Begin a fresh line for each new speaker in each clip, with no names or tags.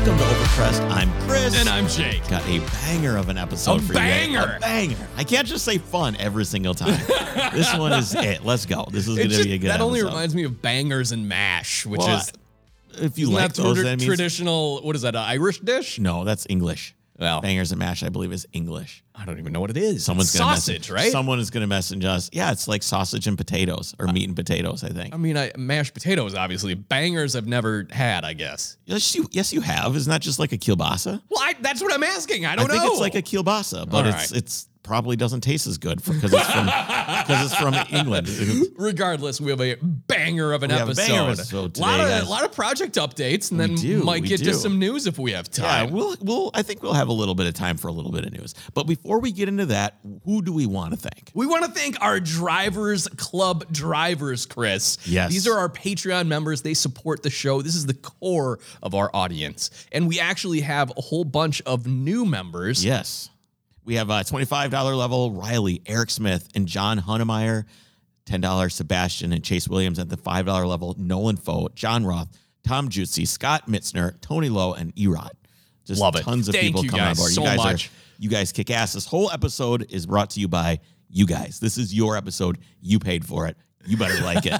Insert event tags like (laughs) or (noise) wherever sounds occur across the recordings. Repressed. I'm Chris.
And I'm Jake.
Got a banger of an episode
A
for you. today.
banger!
A banger. I can't just say fun every single time. this one is
(laughs)
it. Let's go. This is
It
going to
just-
be a good
that only
episode.
reminds me of bangers and mash, which
Well,
is
If you
not
like those, that means-
traditional. What is that? An Irish dish?
No, that's English.
Well,
Bangers and mash, I believe, is English.
Oh. I don't even know what it is.
Someone's gonna message,
sausage, right?
Someone is going to message us. Yeah, it's like sausage and potatoes or meat and potatoes. I think.
I mean, I, mashed potatoes, obviously. Bangers I've never had, I guess.
yes, you. Yes, you have. Isn't that just like a kielbasa?
Well, I, that's what I'm asking. I don't
think
know.
it's like a kielbasa, but
Oh, All
it's
right.
it's probably doesn't taste as good because it's from because it's from
(laughs)
England.
Regardless, we have a banger of an
We have a
episode.
banger episode
lot
today,
of
guys.
lot of project updates, and then
do,
might
we
get
do.
to some news if we have
Yeah,
time.
we'll we'll I think we'll have a little bit of time for a little bit of news. But before we get into that, who do we want to thank?
We want to thank our drivers club drivers, Chris.
Yes.
These are our Patreon members. They support the show. This is the core of our audience. And we actually have a whole bunch of new members.
Yes. We have a $25 level Riley, Eric Smith, and John Hunemeyer. $10 Sebastian and Chase Williams at the $5 level Nolan Foe, John Roth, Tom Jutzy, Scott Mitzner, Tony Lowe, and Erod. Just
Love it.
tons of
Thank
people
you
coming on
guys
board.
so
you guys
much.
are you guys kick ass. This whole episode is brought to you by you guys. This is your episode. You paid for it. You better like it.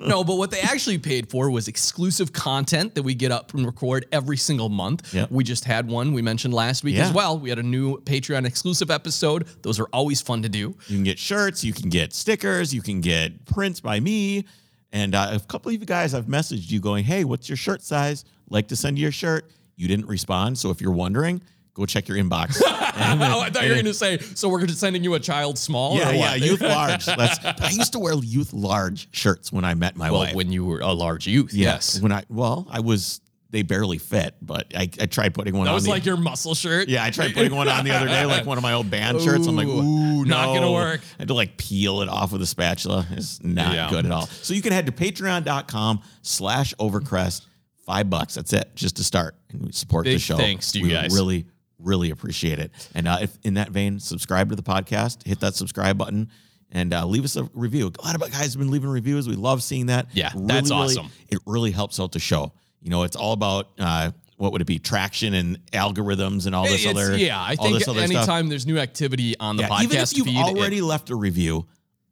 no, but what they actually paid for was exclusive content that we get up and record every single month.
Yeah.
We just had one we mentioned last week
Yeah.
as well. We had a new Patreon exclusive episode. Those are always fun to do.
You can get shirts, you can get stickers, you can get prints by me. And uh, a couple of you guys I've messaged you going, hey, what's your shirt size? Like to send you your shirt. You didn't respond. So if you're wondering, go check your
(laughs)
inbox. And, uh,
Oh, I thought you were going to say, so we're just sending you a child small?
yeah,
or
yeah,
what?
youth
(laughs)
large. That's, I used to wear youth large shirts when I met my
Well,
wife.
when you were a large youth. Yes.
When I, well, I was, they barely fit, but I, I tried putting one
That
on.
was
the-
like your muscle shirt.
Yeah, I tried putting one on the other day, like one of my old band shirts. I'm like,
Ooh,
ooh,
not
no.
gonna work.
I had to like peel it off with a spatula. It's not
Yeah.
good at all. So you can head to patreon.com slash overcrest. Five bucks. That's it, just to start and we support the
Big
show.
thanks to you
we
guys.
Really, really appreciate it. And uh, if in that vein, subscribe to the podcast, hit that subscribe button. And uh, leave us a review. A lot of guys have been leaving reviews. We love seeing that.
Yeah, that's awesome.
It really helps out the show. You know, it's all about uh, what would it be traction and algorithms and all this
It's-
other
yeah, I
all
think
this other
anytime
stuff.
there's new activity on the
Yeah,
podcast
even if you've
feed, it-
already left a review,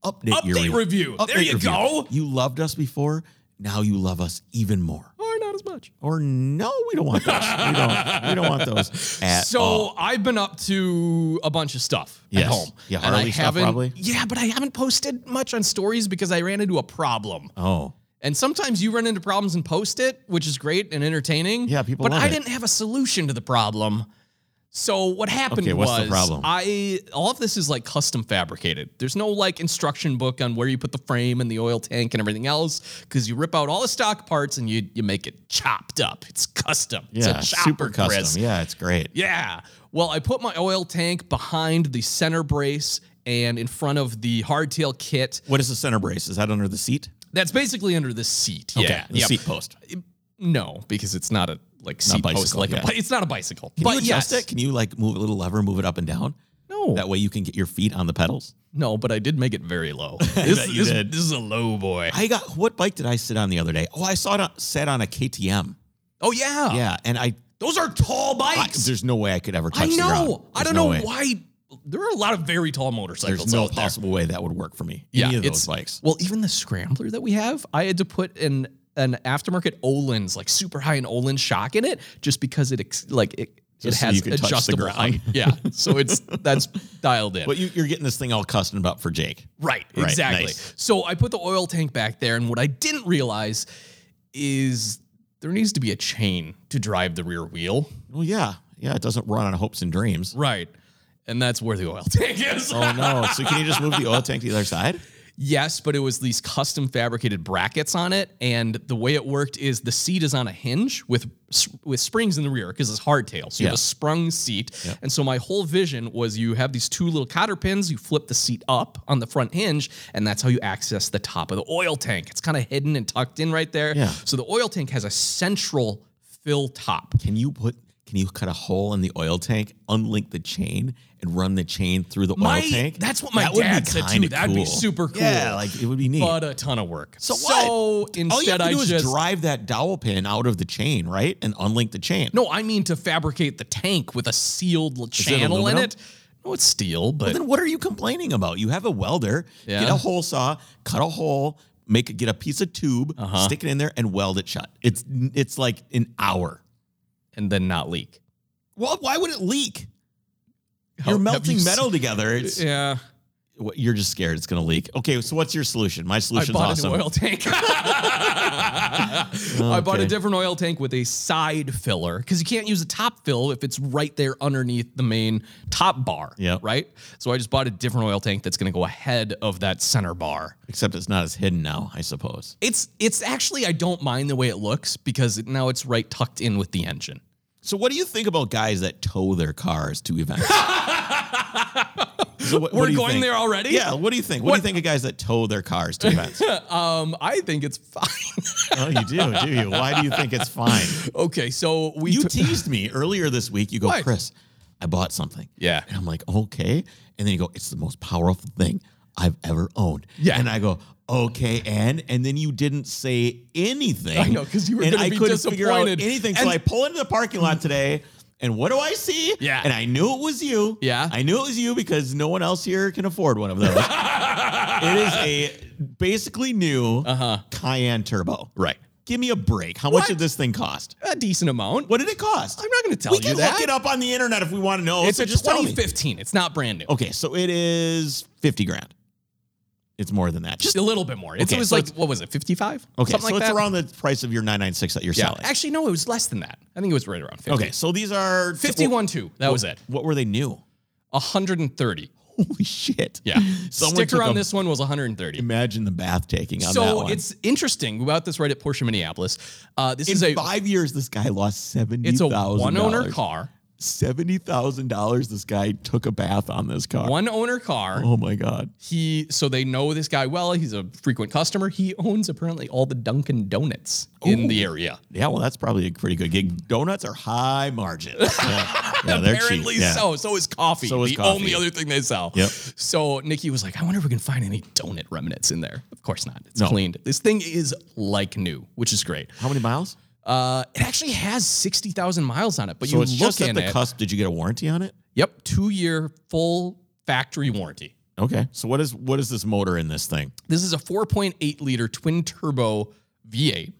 update, your
Update review. There
Update
you go.
You loved us before. Now you love us even more.
or not as much.
Or no, we don't want those. we don't. We don't want (laughs) those at
so
all.
I've been up to a bunch of stuff
Yes.
at home.
Yeah,
and I
Harley stuff
haven't-
probably.
Yeah, but I haven't posted much on stories because I ran into a problem.
Oh,
And sometimes you run into problems and post it, which is great and entertaining.
Yeah, people
But
love
I
it.
didn't have a solution to the problem. So what happened
Okay, what's the
was
problem?
I all of this is like custom fabricated. There's no like instruction book on where you put the frame and the oil tank and everything else because you rip out all the stock parts and you you make it chopped up. It's custom.
yeah,
it's a chopper
super custom.
Chris.
Yeah, it's great.
Yeah. Well, I put my oil tank behind the center brace and in front of the hardtail kit.
What is the center brace? Is that under the seat?
That's basically under the seat.
Okay,
yeah.
the
Yep.
seat post.
No, because it's not a like seat post
bicycle,
like
yeah.
a bi- it's not a bicycle.
Can
but
you adjust
yes,
it? Can you like move a little lever, move it up and down?
no,
That way you can get your feet on the pedals.
no. But I did make it
(laughs)
very low. this,
bet you
this-
did.
this is a low boy.
I got what bike did I sit on the other day? Oh, I saw it on, sat on a KTM.
oh yeah.
Yeah, and I,
those are tall
I-
bikes.
there's no way I could ever touch
I,
the ground.
know. I
There's
don't
no
know
way.
why. There are a lot of very tall motorcycles
There's no
out there.
possible way that would work for me.
Yeah,
Any of
it's-
those bikes.
Well, even the scrambler that we have, I had to put an an aftermarket Olin's like super high in Olin shock in it just because it ex- like it, it
Just so
has
you can touch the
adjustable
ground.
height. Yeah, so it's
(laughs)
that's dialed in.
But you, you're getting this thing all customed up for Jake.
Right,
Right,
exactly.
nice.
So I put the oil tank back there, and what I didn't realize is there needs to be a chain to drive the rear wheel.
Well, yeah, yeah. It doesn't run on hopes and dreams.
Right. And that's where the oil (laughs) tank is.
Oh no! so can you just move the oil tank to the other side?
yes, but it was these custom fabricated brackets on it, and the way it worked is the seat is on a hinge with s- with springs in the rear because it's hardtail, so you
Yeah.
have a sprung seat. And so my whole vision was you have these two little cotter pins, you flip the seat up on the front hinge, and that's how you access the top of the oil tank. It's kind of hidden and tucked in right there.
Yeah.
So the oil tank has a central fill top.
Can you put? Can you cut a hole in the oil tank, unlink the chain, and run the chain through the
My-
oil tank?
that's what my
That would be
dad said too.
kinda
That'd be
cool.
super cool.
Yeah, like it would be neat.
but a ton of work.
So what?
instead,
All you have to
I
do is
just
drive that dowel pin out of the chain, right, and unlink the chain.
no. I mean to fabricate the tank with a sealed l-
it
channel in
aluminum?
it. No, it's steel,
(laughs)
but
Then what are you complaining about? You have a welder. Get
Yeah.
a hole saw, cut a hole, make a, get a piece of tube,
Uh-huh.
stick it in there, and weld it shut. It's it's like an hour.
and then not leak.
Well, why would it leak?
How-
you're
have
melting
you
metal
(laughs)
together. It's,
Yeah,
wh- You're just scared it's going to leak. Okay, so what's your solution? My
I
solution's
bought
awesome.
an oil tank. (laughs) I bought a
Okay.
different oil tank with a side filler because you can't use a top fill if it's right there underneath the main top bar.
Yep.
Right. So I just bought a different oil tank that's going to go ahead of that center bar.
Except it's not as hidden now, I suppose.
It's it's actually I don't mind the way it looks because it, now it's right tucked in with the engine.
So, what do you think about guys that tow their cars to
(laughs)
events? So what- what
We're
do you
going
think?
there already?
Yeah. What do you think? What, do you think of guys that tow their cars to events?
Um, I think it's (laughs) fine.
oh, you do, do you? Why do you think it's fine?
okay, so we
(laughs) You
t-
teased me earlier this week. You go,
What?
Chris, I bought something.
Yeah.
And I'm like, okay. And then you go, it's the most powerful thing I've ever owned.
Yeah.
And I go, okay, and and then you didn't say anything.
I know, 'cause you were
and
gonna
I
be
couldn't figure out
disappointed.
anything.
And-
so I pull into the parking lot today. And what do I see?
Yeah.
And I knew it was you.
Yeah.
I knew it was you because no one else here can afford one of
(laughs)
those. it is a basically new uh-huh. Cayenne Turbo.
right
Give me a break. How
What?
much did this thing cost?
a decent amount.
What did it cost?
I'm not going to tell
we
you
can
that.
look it up on the internet if we want to know.
It's
so
a
just tell me.
2015. It's not brand new.
Okay, so it is fifty grand. It's more than that. Just
Just a little bit more. It's,
Okay,
it was
so
like
it's-
what was it? 55?
okay.
Something
so
like
it's
that.
around the price of your nine nine six that you're
yeah.
selling.
Actually, no, it was less than that. I think it was right around 50.
Okay, so these are
51 two. That was it.
What were they new? (laughs)
130.
Holy shit!
Yeah.
(laughs) Someone
Sticker
took
on
a-
this one was 130.
Imagine the bath taking on that
So
one.
it's interesting about this right at Porsche Minneapolis. Uh, this is a
in five years. This guy lost seventy.
it's a one owner car.
Seventy thousand dollars. This guy took a bath on this car.
One owner car.
Oh my god.
He so they know this guy well. He's a frequent customer. He owns apparently all the Dunkin' Donuts in the area.
Yeah, well, that's probably a pretty good gig. Donuts are high
(laughs)
margin. Yeah, Yeah, they're
Apparently
cheap. Yeah.
so. So is coffee.
So is
the
coffee.
only other thing they sell.
Yep.
So Nikki was like, I wonder if we can find any donut remnants in there. Of course not. It's
No.
cleaned. This thing is like new, which is great.
How many miles?
Uh, it actually has 60,000 miles on it, but
So
you
it's
look
just
in
at the
it.
cusp. Did you get a warranty on it?
Yep. Two year full factory warranty.
Okay. So what is what is this motor in this thing?
This is a 4.8 liter twin turbo V8.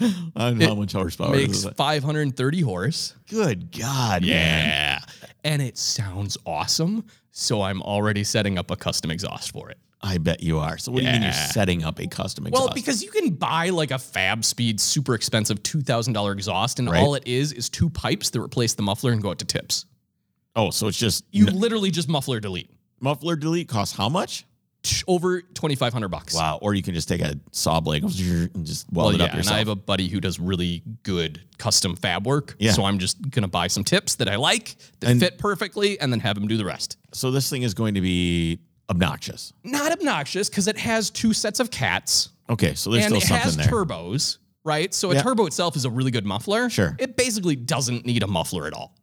I don't know how much horsepower it
Makes
Oh, is.
530 horse.
Good God, man.
Yeah. And it sounds awesome. So I'm already setting up a custom exhaust for it.
I bet you are. So what do you mean you're
Yeah.
setting up a custom exhaust?
Well, because you can buy like a fab speed, super expensive $2,000 exhaust, and
Right.
all it is is two pipes that replace the muffler and go out to tips.
oh, so it's just
You
n-
literally just muffler delete
muffler delete costs how much?
Tch, over 2500 bucks.
Wow. Or you can just take a saw blade and just weld
Well,
it
yeah,
up
and
yourself.
I have a buddy who does really good custom fab work.
Yeah.
So I'm just going to buy some tips that I like that
And-
fit perfectly and then have him do the rest.
so this thing is going to be obnoxious.
Not obnoxious because it has two sets of cats.
Okay, so there's
and
still
it has
something there.
turbos, right? So a
Yeah.
turbo itself is a really good muffler.
Sure.
It basically doesn't need a muffler at all.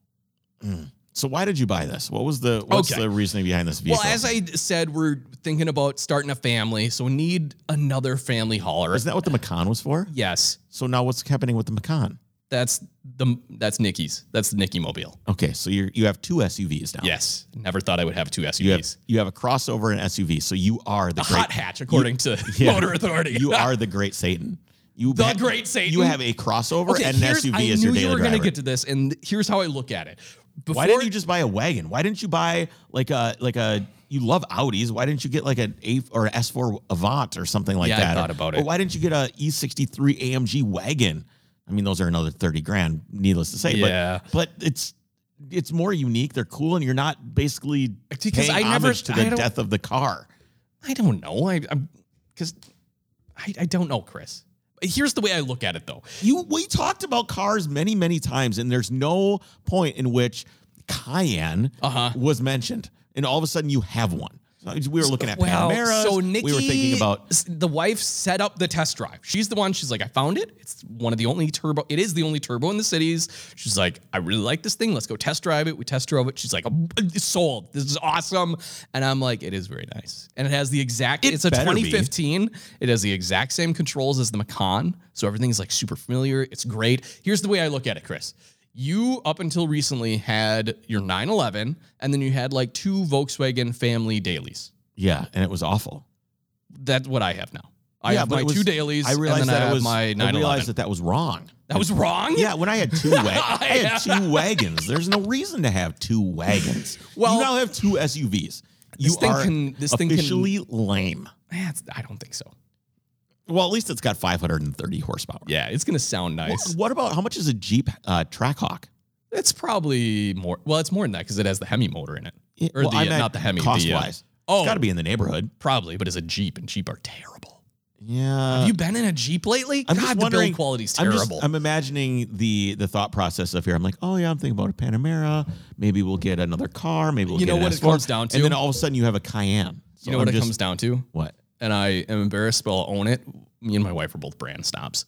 so why did you buy this? What was the what's
Okay.
the reasoning behind this vehicle?
Well, as I said, we're thinking about starting a family, so we need another family hauler.
Isn't that what the Macan was for?
yes,
So now what's happening with the Macan?
that's the that's Nikki's. That's the Nikki Mobile.
Okay, so you you have two SUVs now.
Yes, never thought I would have two
You have
SUVs.
you have a crossover and SUV. So you are the
Hot (laughs)
great
hatch, according to
(laughs) Yeah.
Motor Authority.
you are the great Satan. You
The great Satan?
You have a crossover
(laughs) okay.
and an
here's-
SUV
I
as your
knew
daily
you were
driver.
going to get to this, and here's how I look at it. Before,
Why didn't you just buy a wagon? Why didn't you buy like a like a you love Audis? Why didn't you get like an A or an S4 Avant or something like
Yeah, I
that?
thought
Or-
about
or
it.
why didn't you get a E63 AMG wagon? I mean, those are another thirty grand. Needless to say,
Yeah.
but but it's it's more unique. They're cool, and you're not basically
Because
paying
I never-
homage to
I
the
don't-
death of the car.
I don't know. I, I'm because I, I don't know, Chris. Here's the way I look at it, though.
You we talked about cars many many times, and there's no point in which Cayenne
Uh-huh.
was mentioned, and all of a sudden you have one. We were looking at Panameras.
so Nikki,
we were thinking about
s- the wife set up the test drive. She's the one. She's like, I found it. It's one of the only turbo. It is the only turbo in the cities. She's like, I really like this thing. Let's go test drive it. We test drove it. She's like, "I'm- it's sold. This is awesome. And I'm like, it is very nice. And it has the exact.
It
it's a
better be.
2015. It has the exact same controls as the Macan. So everything's like super familiar. It's great. Here's the way I look at it, Chris. You up until recently had your 911, and then you had like two Volkswagen family dailies.
yeah, and it was awful.
That's what I have now. I
yeah,
have
but
my
it was-
two dailies.
I realized
and then
that
I
it
have
was.
my
I
911.
realized that that was wrong.
that was wrong.
Yeah, when I had
(laughs)
two wagons, I had two wagons. There's no reason to have two wagons.
Well-
you now have two SUVs. You
This thing
are
can- this thing can-
officially lame.
Eh, it's- I don't think so.
Well, at least it's got 530 horsepower.
Yeah, it's gonna sound nice.
What, what about how much is a Jeep uh, Trackhawk?
It's probably more. Well, it's more than that because it has the Hemi motor in it, or
Well,
the
I
uh,
meant
not the Hemi.
Cost
the, uh,
wise,
oh,
it's got to be in the neighborhood.
probably, but it's a Jeep, and Jeep are terrible.
Yeah.
Have you been in a Jeep lately?
Uh, I'm
God,
just
the
wondering-
build quality's
I'm,
terrible.
just, I'm imagining the the thought process of here. I'm like, oh yeah, I'm thinking about a Panamera. Maybe we'll get another car. Maybe we'll
You
get
know
an
what it
S4.
comes down to?
And then all of a sudden you have a Cayenne. So
you know
I'm
what it
just-
comes down to?
What?
And I am embarrassed, but I'll own it. Me and my wife are both brand snobs.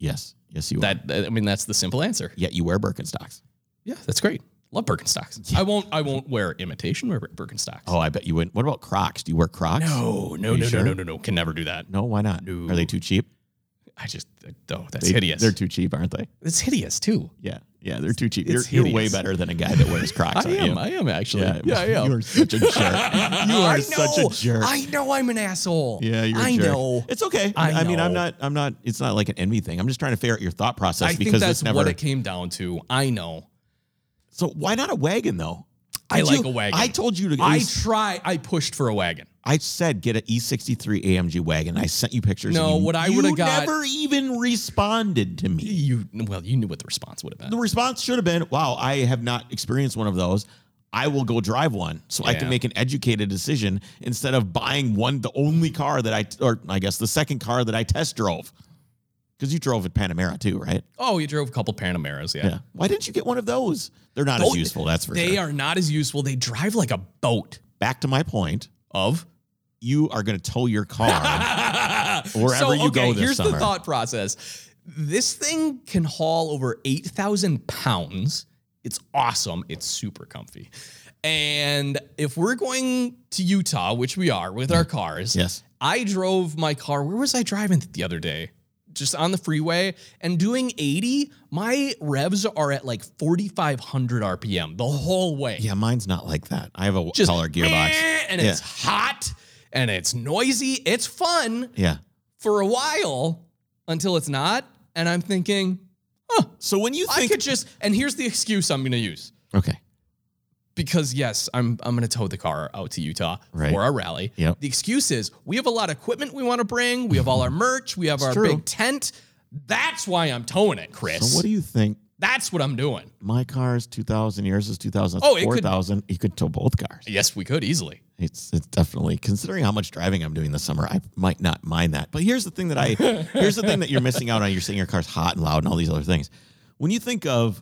Yes, yes, you. are.
That I mean, that's the simple answer.
Yet you wear Birkenstocks.
Yeah, that's great. Love Birkenstocks. I won't. I won't wear imitation Bir- Birkenstocks.
Oh, I bet you wouldn't. What about Crocs? Do you wear Crocs?
no, no,
you
no,
sure?
no, no, no, no. Can never do that.
No, why not?
No.
Are they too cheap?
I just oh, that's
They,
hideous.
They're too cheap, aren't they?
it's hideous too.
Yeah, yeah, they're too cheap. You're,
It's
you're way
hideous.
better than a guy that (laughs) wears Crocs.
I
aren't
am.
you?
I am actually.
Yeah,
Yeah, (laughs) I am.
You are such a jerk. (laughs) You
I
are such a
know.
jerk.
I know I'm an asshole.
Yeah, you're a
I
jerk.
know.
It's okay. I,
I
mean, I'm
know.
not. I'm not. It's not like an envy thing. I'm just trying to figure out your thought process
I think
because
that's
it's never.
what it came down to. I know.
so why not a wagon though?
I
Did
like
you-
a wagon.
I told you to.
I
I,
try. I pushed for a wagon.
I said get E an E63 AMG wagon. I sent you pictures.
No,
and you,
what I
you
would've got-
Never even responded to me.
You well, you knew what the response would have
The
been.
response should have been, "Wow, I have not experienced one of those." I will go drive one so I can
Yeah.
make an educated decision instead of buying one, the only car that I, or I guess the second car that I test drove. Because you drove a Panamera too, right?
Oh, you drove a couple Panameras. Yeah.
Yeah. Why didn't you get one of those? They're not as
Those-
useful, that's for
They
sure.
are not as useful. They drive like a boat.
Back to my point,
Of
you are going to tow your
(laughs)
car. (laughs) Wherever
so,
you go
okay,
this
here's
summer.
the thought process. This thing can haul over 8,000 pounds. It's awesome. It's super comfy. And if we're going to Utah, which we are with our cars,
yes.
I drove my car. Where was I driving the other day? Just on the freeway and doing 80. My revs are at like 4,500 RPM the whole way
Yeah, mine's not like that. I have a color gearbox.
eh, and
Yeah.
it's hot and it's noisy. It's fun
Yeah.
for a while until it's not. And I'm thinking,
So when you
I
think,
could just. And here's the excuse I'm going to use
okay,
because yes, I'm I'm going to tow the car out to Utah
Right.
for our rally.
Yep.
The excuse is we have a lot of equipment we want to bring. We
(laughs)
have all our merch. We have our
true.
big tent. That's why I'm towing it, Chris.
so what do you think?
That's what I'm doing.
My car is 2,000, yours is 2,000,
Oh,
oh,
it could-
4,000. You could tow both cars.
Yes, we could easily.
It's, it's definitely, considering how much driving I'm doing this summer, I might not mind that. But here's the thing
(laughs)
that I, here's the thing that you're missing out on. You're saying your car's hot and loud and all these other things. When you think of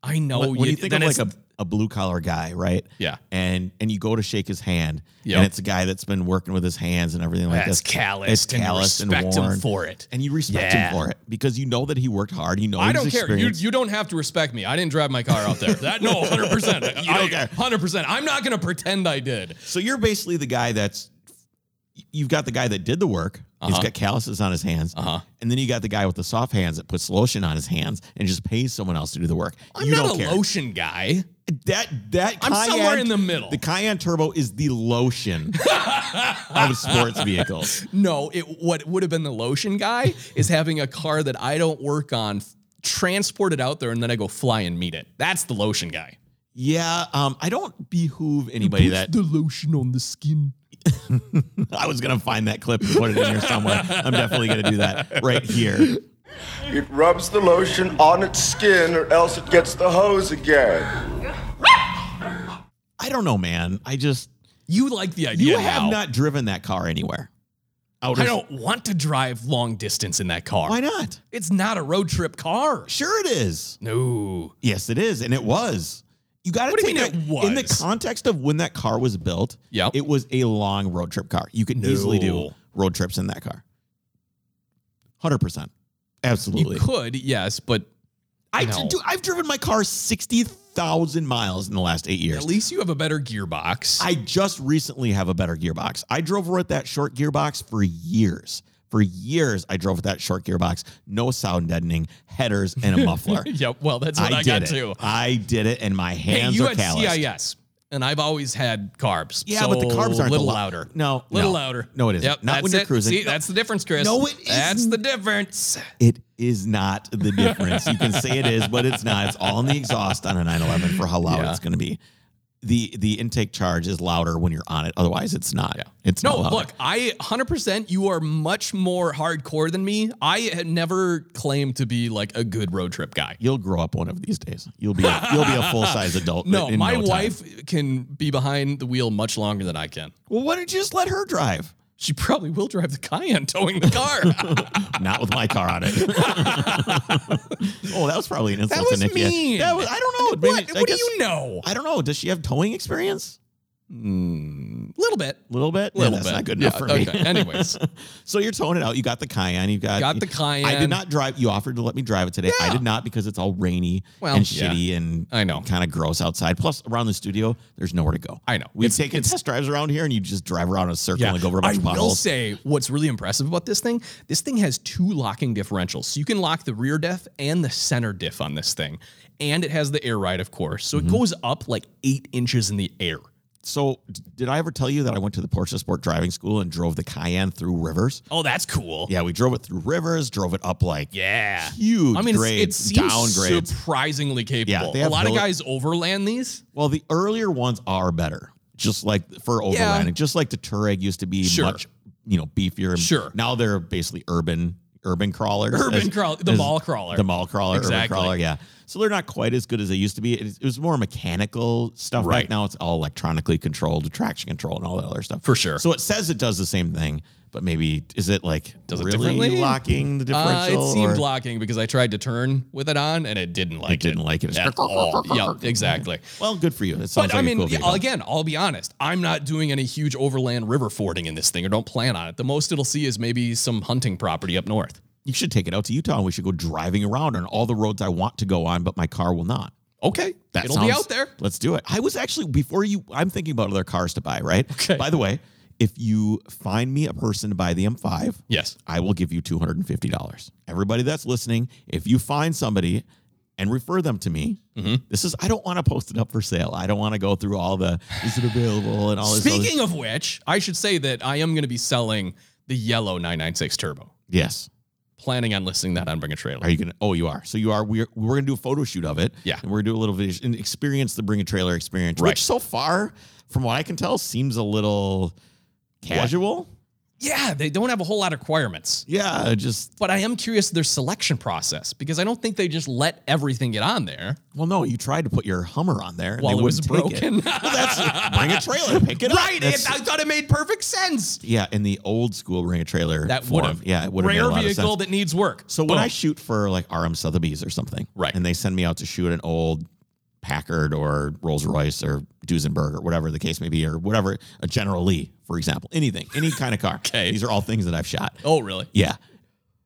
I know.
when, when you think of
Oh, then
like a,
it's-
a blue collar guy, right?
Yeah.
And and you go to shake his hand,
Yep.
and it's a guy that's been working with his hands and everything like this.
that's calloused.
It's calloused
and
and
respect
worn.
him for it.
and you respect
Yeah.
him for it because you know that he worked hard. You know
I
he's
don't care. You,
experienced.
you don't have to respect me. I didn't drive my car out there. That
(laughs)
no, hundred percent. You
don't care.
Hundred percent. I'm not gonna pretend I did.
so you're basically the guy that's you've got the guy that did the work. He's got calluses on his hands,
Uh-huh.
and then you got the guy with the soft hands that puts lotion on his hands and just pays someone else to do the work.
I'm
you
not
don't
a
care.
lotion guy.
That that
I'm
Cayenne-
somewhere in the middle.
The Cayenne Turbo is the
(laughs)
lotion of sports vehicles.
No, it what would have been the
(laughs)
lotion guy is having a car that I don't work on, f- transport it out there, and then I go fly and meet it. That's the lotion guy.
Yeah, um, I don't behoove anybody that (laughs)
the lotion on the skin.
I was gonna find that clip and put it in here somewhere. I'm definitely gonna do that right here.
It rubs the lotion on its skin or else it gets the hose again.
I don't know, man. I just
You like the
you
idea?
have
now.
not driven that car anywhere. Out
I don't want to drive long distance in that car.
Why not?
It's not a road trip car.
Sure, it is.
No.
Yes, it is, and it was. you got to
What do
take
you mean
that-
it was?
in the context of when that car was built.
Yep.
it was a long road trip car. You could easily do
No.
road trips in that car. Hundred percent,
You
absolutely.
could, yes, but
I
No.
do. I've driven my car sixty thousand miles in the last eight years.
at least you have a better gearbox.
I just recently have a better gearbox. I drove with that short gearbox for years. For years, I drove with that short gearbox, no sound deadening, headers, and
(laughs)
a muffler.
(laughs) yep. Well, that's what I,
did
got
it.
too.
I did it, and my
Hey,
hands
you
are
had
calloused.
CIS, and I've always had carbs.
Yeah, but the
so
carbs aren't the
little
lo-
louder.
No,
little
no.
louder.
No, it isn't.
Yep,
Not
that's
when you're
it.
cruising.
See,
No.
that's the difference, Chris.
No, it
That's
isn't.
the difference.
(laughs) It is not the difference. you can say it is, but it's not. It's all in the exhaust on a 911 for how loud
Yeah.
it's going to be. The the intake charge is louder when you're on it. Otherwise, it's not.
Yeah.
It's
No,
not louder.
look, I 100% you are much more hardcore than me. I had never claimed to be like a good road trip guy.
You'll grow up one of these days. You'll be a, you'll be a (laughs) full size adult.
No,
in
my
no time.
wife can be behind the wheel much longer than I can.
Well, why don't you just let her drive?
She probably will drive the Cayenne towing the
(laughs)
car.
Not with my car (laughs) on it. oh, that was probably an insult
that was
to Nikki.
mean.
That was, I don't know.
What,
Maybe- I
what do
guess-
you know?
I don't know. Does she have towing experience?
A little bit.
A little bit.
A little
yeah,
bit.
That's not good enough
Yeah,
for me.
okay.
(laughs)
Anyways,
So you're towing it out. You got the Cayenne. You got
Got the Cayenne.
I did not drive. You offered to let me drive it today. I
Yeah.
did not because it's all rainy
Well,
and
yeah.
shitty and
I know.
kind of gross outside. Plus, around the studio, there's nowhere to go.
I know.
We've
It's-
taken
it's-
test drives around here, and you just drive around in a circle
yeah.
and go over a
I
bunch of
will
potholes.
say what's really impressive about this thing. This thing has two locking differentials, so you can lock the rear diff and the center diff on this thing, and it has the air ride, of course. So
Mm-hmm.
it goes up like eight inches in the air.
so, d- did I ever tell you that I went to the Porsche Sport Driving School and drove the Cayenne through rivers?
Oh, that's cool.
Yeah, we drove it through rivers, drove it up like
Yeah.
huge
I mean, it's, it
grades,
seems
down grades.
surprisingly
Yeah,
capable.
they
a
have
lot of
villi-
guys overland these.
Well, the earlier ones are better, just like for overlanding, just like the Touareg used to be
Sure.
much, you know, beefier. and
Sure.
Now they're basically urban, urban crawlers.
Urban crawl- the
as-
mall crawler. Uh,
The mall crawler, urban
Exactly.
crawler, yeah. So they're not quite as good as they used to be. It, it was more mechanical stuff. Right.
Right.
now it's all electronically controlled, traction control, and all that other stuff.
For sure.
So it says it does the same thing, but maybe is it like
Does it
really
differently?
locking the
Uh,
differential?
it seemed
or-
locking because I tried to turn with it on and it didn't like it.
didn't like it. It's
at all. yeah, exactly.
Well, good for you. It sounds like
But I mean,
a cool
yeah,
vehicle.
again, I'll be honest. I'm not doing any huge overland river fording in this thing, or don't plan on it. The most it'll see is maybe some hunting property up north.
you should take it out to Utah and we should go driving around on all the roads I want to go on, but my car will not.
Okay,
That
it'll be
sounds-
out there.
Let's do it. I was actually before you. I'm thinking about other cars to buy. Right.
Okay.
By the way, if you find me a person to buy the M5,
Yes.
I will give you two hundred and fifty dollars. Everybody that's listening, if you find somebody and refer them to me,
Mm-hmm.
this is. I don't want to post it up for sale. I don't want to go through all the is it available and all this. other-
Speaking of which, I should say that I am going to be selling the yellow 996 Turbo.
yes.
Planning on listing that on Bring a Trailer.
Are you gonna? Oh, you are. So you are. We're we're gonna do a photo shoot of it.
Yeah.
and we're gonna do a little video and experience the bring a trailer experience,
Right.
which so far, from what I can tell, seems a little casual.
Yeah, they don't have a whole lot of requirements.
Yeah, just
But I am curious of their selection process because I don't think they just let everything get on there.
well, no, you tried to put your Hummer on there and
While
they
it was
wouldn't take
broken.
It. Well, that's (laughs) bring a trailer,
(laughs)
pick it up. That's-
thought it made perfect sense.
yeah, in the old school bring a trailer.
That
form.
would have.
Yeah, it would have made a
Rare
lot of sense.
vehicle that needs work.
So when
Boom.
I shoot for like RM Sotheby's or something,
Right.
and they send me out to shoot an old Packard or Rolls Royce or Duesenberg or whatever the case may be, or whatever a General Lee, for example, anything, any kind of car.
(laughs) Okay.
these are all things that I've shot.
Oh, really?
Yeah,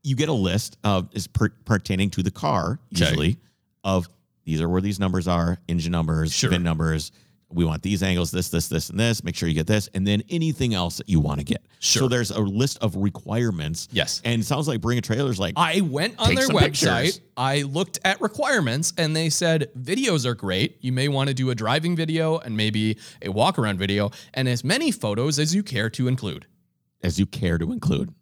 you get a list of is per, pertaining to the car
Okay.
usually of these are where these numbers are, engine numbers,
Sure.
VIN numbers. We want these angles, this, this, this, and this. Make sure you get this, and then anything else that you want to get.
Sure.
So there's a list of requirements.
Yes.
And it sounds like bring a trailer's like
I went on
Take
their
some
website.
pictures.
I looked at requirements and they said videos are great. You may want to do a driving video and maybe a walk around video and as many photos as you care to include.
as you care to include.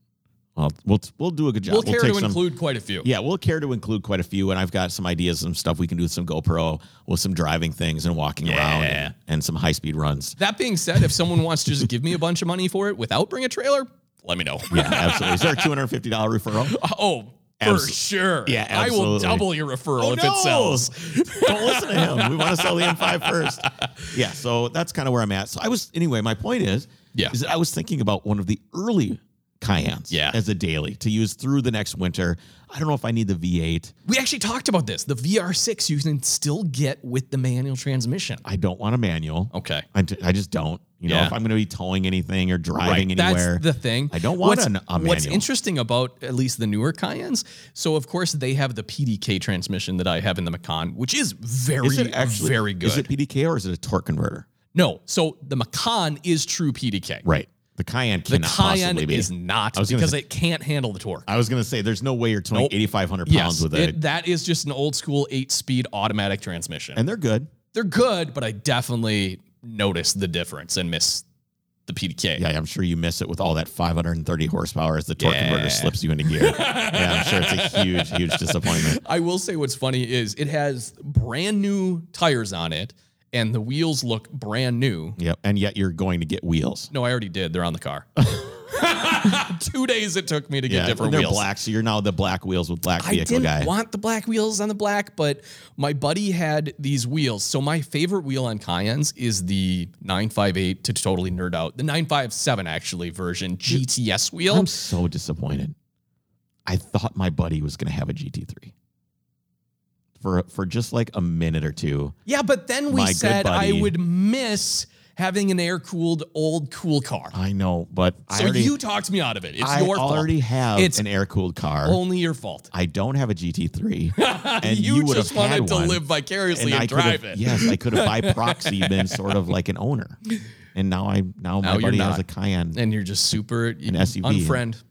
Well, we'll we'll do a good job.
we'll care
take
to
some-
include quite a few.
Yeah, we'll care to include quite a few, and I've got some ideas, some stuff we can do with some GoPro, with some driving things and walking around,
Yeah.
and, and some high speed runs.
That being said, if someone wants to just give me a bunch of money for it without bring a trailer, let me know.
Yeah, absolutely. Is there a two hundred fifty dollar referral?
(laughs) Oh, for
Abso-
sure.
Yeah,
I will
absolutely.
double your referral
Oh,
if
no!
it sells.
Don't listen to him. We want to sell the M5 first. Yeah, so that's kind of where I'm at. So I was anyway. My point is,
Yeah.
is that I was thinking about one of the early Kayans
Yeah.
as a daily to use through the next winter. I don't know if I need the V8.
We actually talked about this. The VR6 you can still get with the manual transmission.
I don't want a manual.
Okay.
I t- I just don't. You know,
Yeah.
if I'm going to be towing anything or driving anywhere,
That's the thing.
I don't want
what's,
an- a
What's
manual.
interesting about at least the newer Cayennes, so of course they have the PDK transmission that I have in the Macan, which is very,
Is it actually
very good.
Is it PDK or is it a torque converter?
no, so the Macan is true PDK.
Right. The Cayenne
The
cannot
Cayenne
possibly be.
is not
I was gonna
because
say-
it can't handle the torque.
I was going to say, there's no way you're towing
Nope.
8,500 pounds
Yes,
with it,
it- that is just an old school eight-speed automatic transmission.
and they're good.
They're good, but I definitely noticed the difference and miss the PDK.
Yeah, I'm sure you miss it with all that 530 horsepower as the torque converter
Yeah.
slips you into
(laughs)
gear. yeah, I'm sure it's a huge, huge disappointment.
I will say what's funny is it has brand new tires on it, and the wheels look brand new.
Yep. And yet you're going to get wheels.
No, I already did. They're on the car. (laughs) Two days it took me to get
Yeah,
different
and they're
wheels.
black, so you're now the black wheels with black
I
vehicle
didn't
guy.
want the black wheels on the black, but my buddy had these wheels. So my favorite wheel on Cayennes is the 958 to totally nerd out. The 957 actually version GTS wheel.
I'm so disappointed. I thought my buddy was going to have a GT3 for for just like a minute or two.
yeah, but then we
My good
said I
buddy.
would miss having an air cooled old cool car.
I know, but I
So
already,
you talked me out of it. It's
I
your
already have
It's-
an air cooled car.
fault. Only your fault.
I don't have a (laughs) GT3, and you,
you,
would
just
have had
wanted to
one,
live
and
vicariously and,
I could
drive
have.
it.
Yes, I could have (laughs) by proxy been sort of like an owner, and now I now
Now
my
you're
buddy has
not.
a Cayenne.
And you're just super
An SUV.
Unfriend.
instead.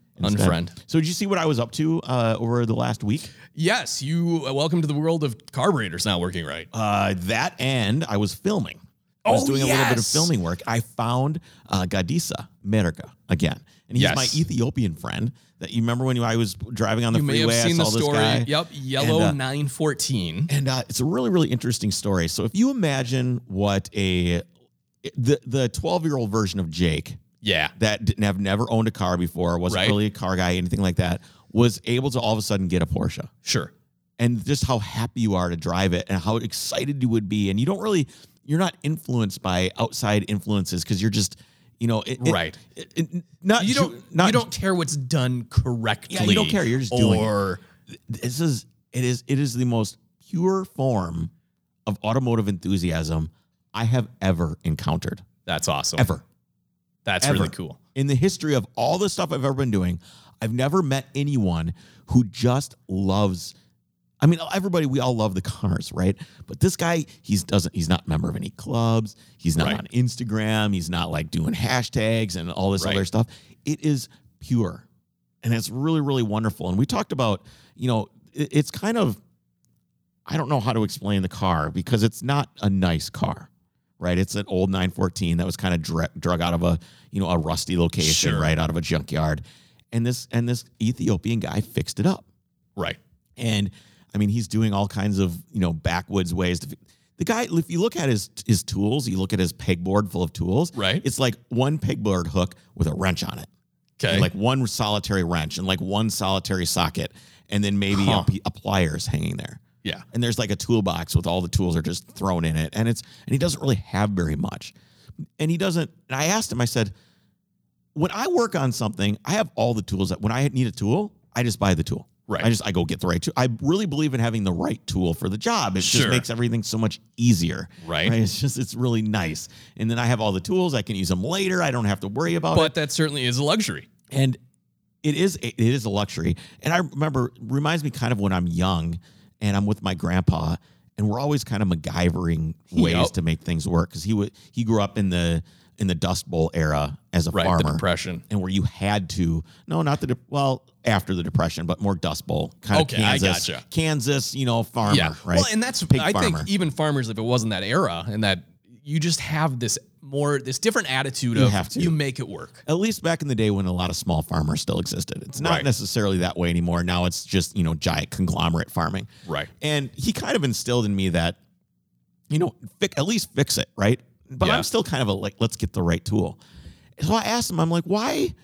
Unfriend.
So did you see what I was up to uh, over the last week?
Yes, you uh, welcome to the world of carburetors not working right.
Uh, that and I was filming. I was
Oh,
doing a little bit of
yes!
filming work. I found uh, Gadisa America again, and he's
Yes.
my Ethiopian friend that you remember when you, I was driving on the
you may
freeway.
have seen
I
the
saw this
story.
guy.
Yep, yellow
And, uh,
914.
and uh, it's a really really interesting story. So if you imagine what a the the twelve year old version of Jake
Yeah.
that didn't have never owned a car before, wasn't
Right.
really a car guy, anything like that, was able to all of a sudden get a Porsche
Sure.
and just how happy you are to drive it and how excited you would be. And you don't really, you're not influenced by outside influences because you're just, you know, it, it-
Right.
it- it- not
You
ju-
don't
not
you don't care what's done correctly.
Yeah, you don't care. You're just doing it.
or
This is it is it is the most pure form of automotive enthusiasm I have ever encountered
that's awesome.
ever
That's
Ever.
really cool.
in the history of all the stuff I've ever been doing. I've never met anyone who just loves. I mean, everybody, we all love the cars, right? But this guy, he's doesn't. He's not a member of any clubs. He's not
Right.
on Instagram. He's not like doing hashtags and all this
Right.
other stuff. It is pure, and it's really, really wonderful. And we talked about, you know, it- it's kind of. I don't know how to explain the car because it's not a nice car, right? It's an old 914 that was kind of dra- drug out of a you know a rusty location,
Sure.
right out of a junkyard, and this and this Ethiopian guy fixed it up,
Right.
and I mean he's doing all kinds of you know backwoods ways to. fi- The guy, if you look at his his tools, you look at his pegboard full of tools.
Right.
it's like one pegboard hook with a wrench on it
Okay.
and, like one solitary wrench and like one solitary socket, and then maybe
Huh.
a, p- a pliers hanging there.
Yeah.
And there's like a toolbox with all the tools are just thrown in it, and it's and he doesn't really have very much, and he doesn't. And I asked him, I said, when I work on something, I have all the tools. That when I need a tool, I just buy the tool.
Right.
I just I go get the right tool. I really believe in having the right tool for the job. It just
Sure.
makes everything so much easier.
Right.
It's just it's really nice. And then I have all the tools. I can use them later. I don't have to worry about it
But that certainly is a luxury.
and it is it is a luxury. And I remember reminds me kind of when I'm young and I'm with my grandpa, and we're always kind of MacGyvering ways
Yep.
to make things work because he would he grew up in the in the Dust Bowl era as a
Right. The
farmer.
depression.
and where you had to no, not the de- well after the depression, but more Dust Bowl kind
Okay,
of
I
Kansas,
gotcha.
Kansas, you know, farmer, right?
Well, and that's
Pig
I
farmer.
think even farmers, if it wasn't that era, and that you just have this more this different attitude
You
of
have to.
you make it work.
at least back in the day when a lot of small farmers still existed. It's not
Right.
necessarily that way anymore. Now it's just, you know, giant conglomerate farming.
Right.
And he kind of instilled in me that, you know, fi- at least fix it, right? But
Yeah.
I'm still kind of a like, let's get the right tool. So I asked him, I'm like, why,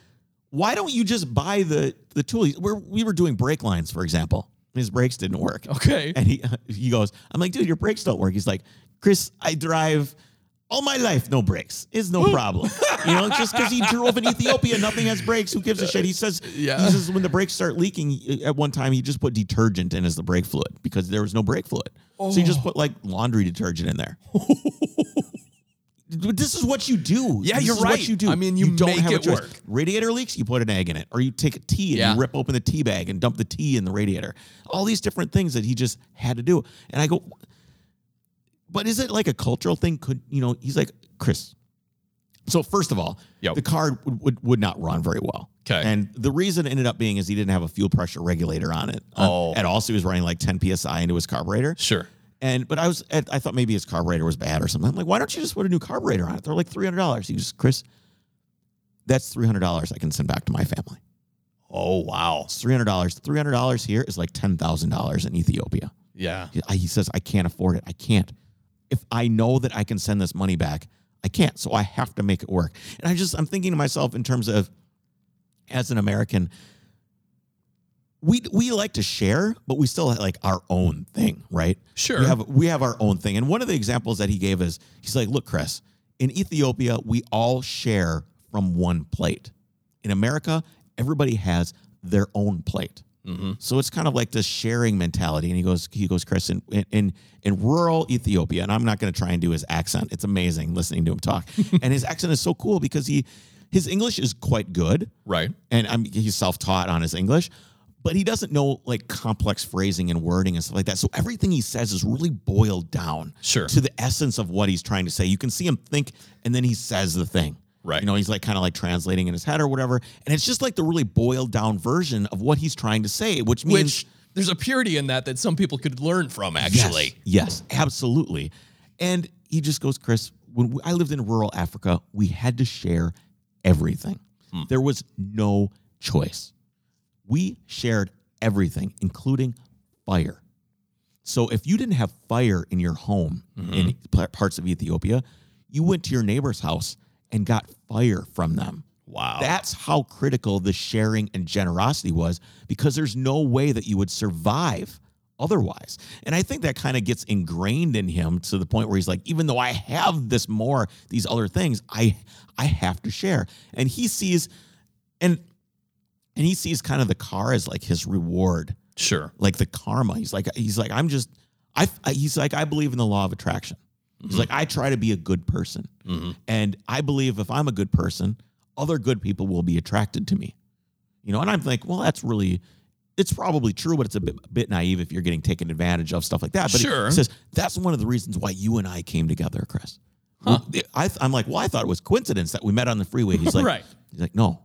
why don't you just buy the the tool? We're, we were doing brake lines, for example. His brakes didn't work.
Okay.
uh, And he he goes, I'm like, dude, your brakes don't work. He's like, Chris, I drive All my life, no brakes is no problem. you know, just because he drove in Ethiopia, nothing has brakes. Who gives a shit? He says,
Yeah.
he says when the brakes start leaking, uh, at one time he just put detergent in as the brake fluid because there was no brake fluid. So he
Oh.
just put like laundry detergent in
(laughs)
there. this is what you do.
Yeah,
This
you're
is what
right.
you do.
I mean, you make
a
it
choice.
work.
Radiator leaks, you put an egg in it, or you take a tea and
Yeah.
you rip open the tea bag and dump the tea in the radiator. All these different things that he just had to do. And I go, but is it like a cultural thing? Could you know? He's like Chris. So first of all,
Yep.
the car would, would would not run very well.
'Kay.
and the reason it ended up being is he didn't have a fuel pressure regulator on it uh,
Oh.
at all. So he was running like 10 psi into his carburetor.
Sure.
And but I was I I thought maybe his carburetor was bad or something. I'm like, why don't you just put a new carburetor on it? They're like three hundred dollars. He goes, Chris, that's three hundred dollars I can send back to my family.
Oh wow.
It's three hundred dollars. Three hundred dollars here is like ten thousand dollars in Ethiopia.
Yeah.
He- I- He says I can't afford it. I can't. If I know that I can send this money back, I can't. So I have to make it work. And I just I'm thinking to myself in terms of as an American, we we like to share, but we still have like our own thing, right?
Sure.
We have we have our own thing. And one of the examples that he gave is he's like, look, Chris, in Ethiopia, we all share from one plate. In America, everybody has their own plate. So it's kind of like this sharing mentality. And he goes, he goes, Chris, in in in rural Ethiopia, and I'm not going to try and do his accent. It's amazing listening to him talk, and his accent is so cool because he his English is quite good,
Right.
and I'm, he's self-taught on his English, but he doesn't know like complex phrasing and wording and stuff like that. So everything he says is really boiled down
Sure.
to the essence of what he's trying to say. You can see him think, and then he says the thing.
Right.
You know, he's like kind of like translating in his head or whatever, and it's just like the really boiled down version of what he's trying to say, which means
Which there's a purity in that that some people could learn from actually.
Yes, yes, absolutely. And he just goes, Chris, when we, I lived in rural Africa, we had to share everything. There was no choice. We shared everything, including fire. So if you didn't have fire in your home in pla- parts of Ethiopia, you went to your neighbor's house and got fire from them.
Wow.
That's how critical the sharing and generosity was because there's no way that you would survive otherwise. And I think that kind of gets ingrained in him to the point where he's like, even though I have this more, these other things, I I have to share. And he sees and and he sees kind of the car as like his reward
sure.
like the karma. He's like he's like I'm just I he's like I believe in the law of attraction. He's like I try to be a good person. And I believe if I'm a good person, other good people will be attracted to me. You know, and I'm like, well that's really it's probably true, but it's a bit, bit naive if you're getting taken advantage of stuff like that. But
Sure.
it says that's one of the reasons why you and I came together, Chris. I, I'm like, well, I thought it was coincidence that we met on the freeway. He's like,
Right.
He's like, no,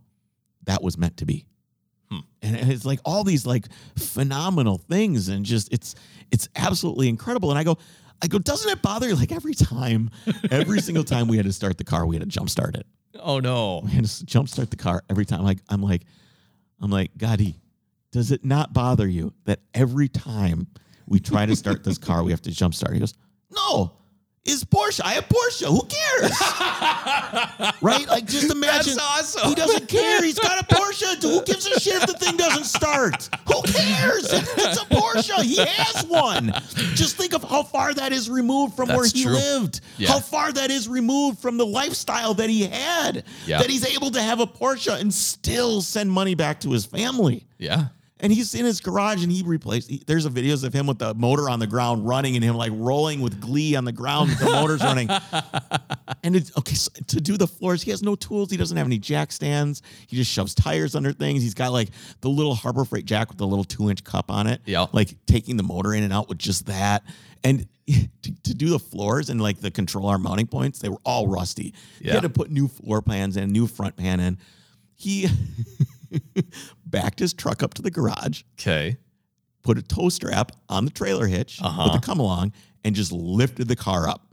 that was meant to be and and it's like all these like phenomenal things and just it's it's absolutely incredible and i go i go doesn't it bother you like every time every single time we had to start the car we had to jump start it
Oh no.
(laughs) we had to jump start the car every time like i'm like i'm like gotti does it not bother you that every time we try to start this car we have to jump start he goes no it's Porsche. I have Porsche. Who cares? (laughs) right? Like, just imagine.
awesome.
He doesn't care. He's got
(laughs)
a Porsche. Who gives a shit if the thing doesn't start? Who cares? It's a Porsche. He has one. Just think of how far that is removed from where
That's
he
true.
lived.
Yeah.
How far that is removed from the lifestyle that he had.
Yeah.
That he's able to have a Porsche and still send money back to his family.
Yeah.
And he's in his garage and he replaced. He, there's a videos of him with the motor on the ground running and him like rolling with glee on the ground. with The motor's
(laughs)
running. And it's okay so to do the floors. He has no tools. He doesn't have any jack stands. He just shoves tires under things. He's got like the little Harbor Freight jack with the little two inch cup on it.
Yeah.
Like taking the motor in and out with just that. And (laughs) to, to do the floors and like the control arm mounting points, they were all rusty. He
Yeah.
had to put new floor plans in, new front pan in. He (laughs) backed his truck up to the garage,
Okay.
put a tow strap on the trailer hitch
Uh-huh.
with the come along, and just lifted the car up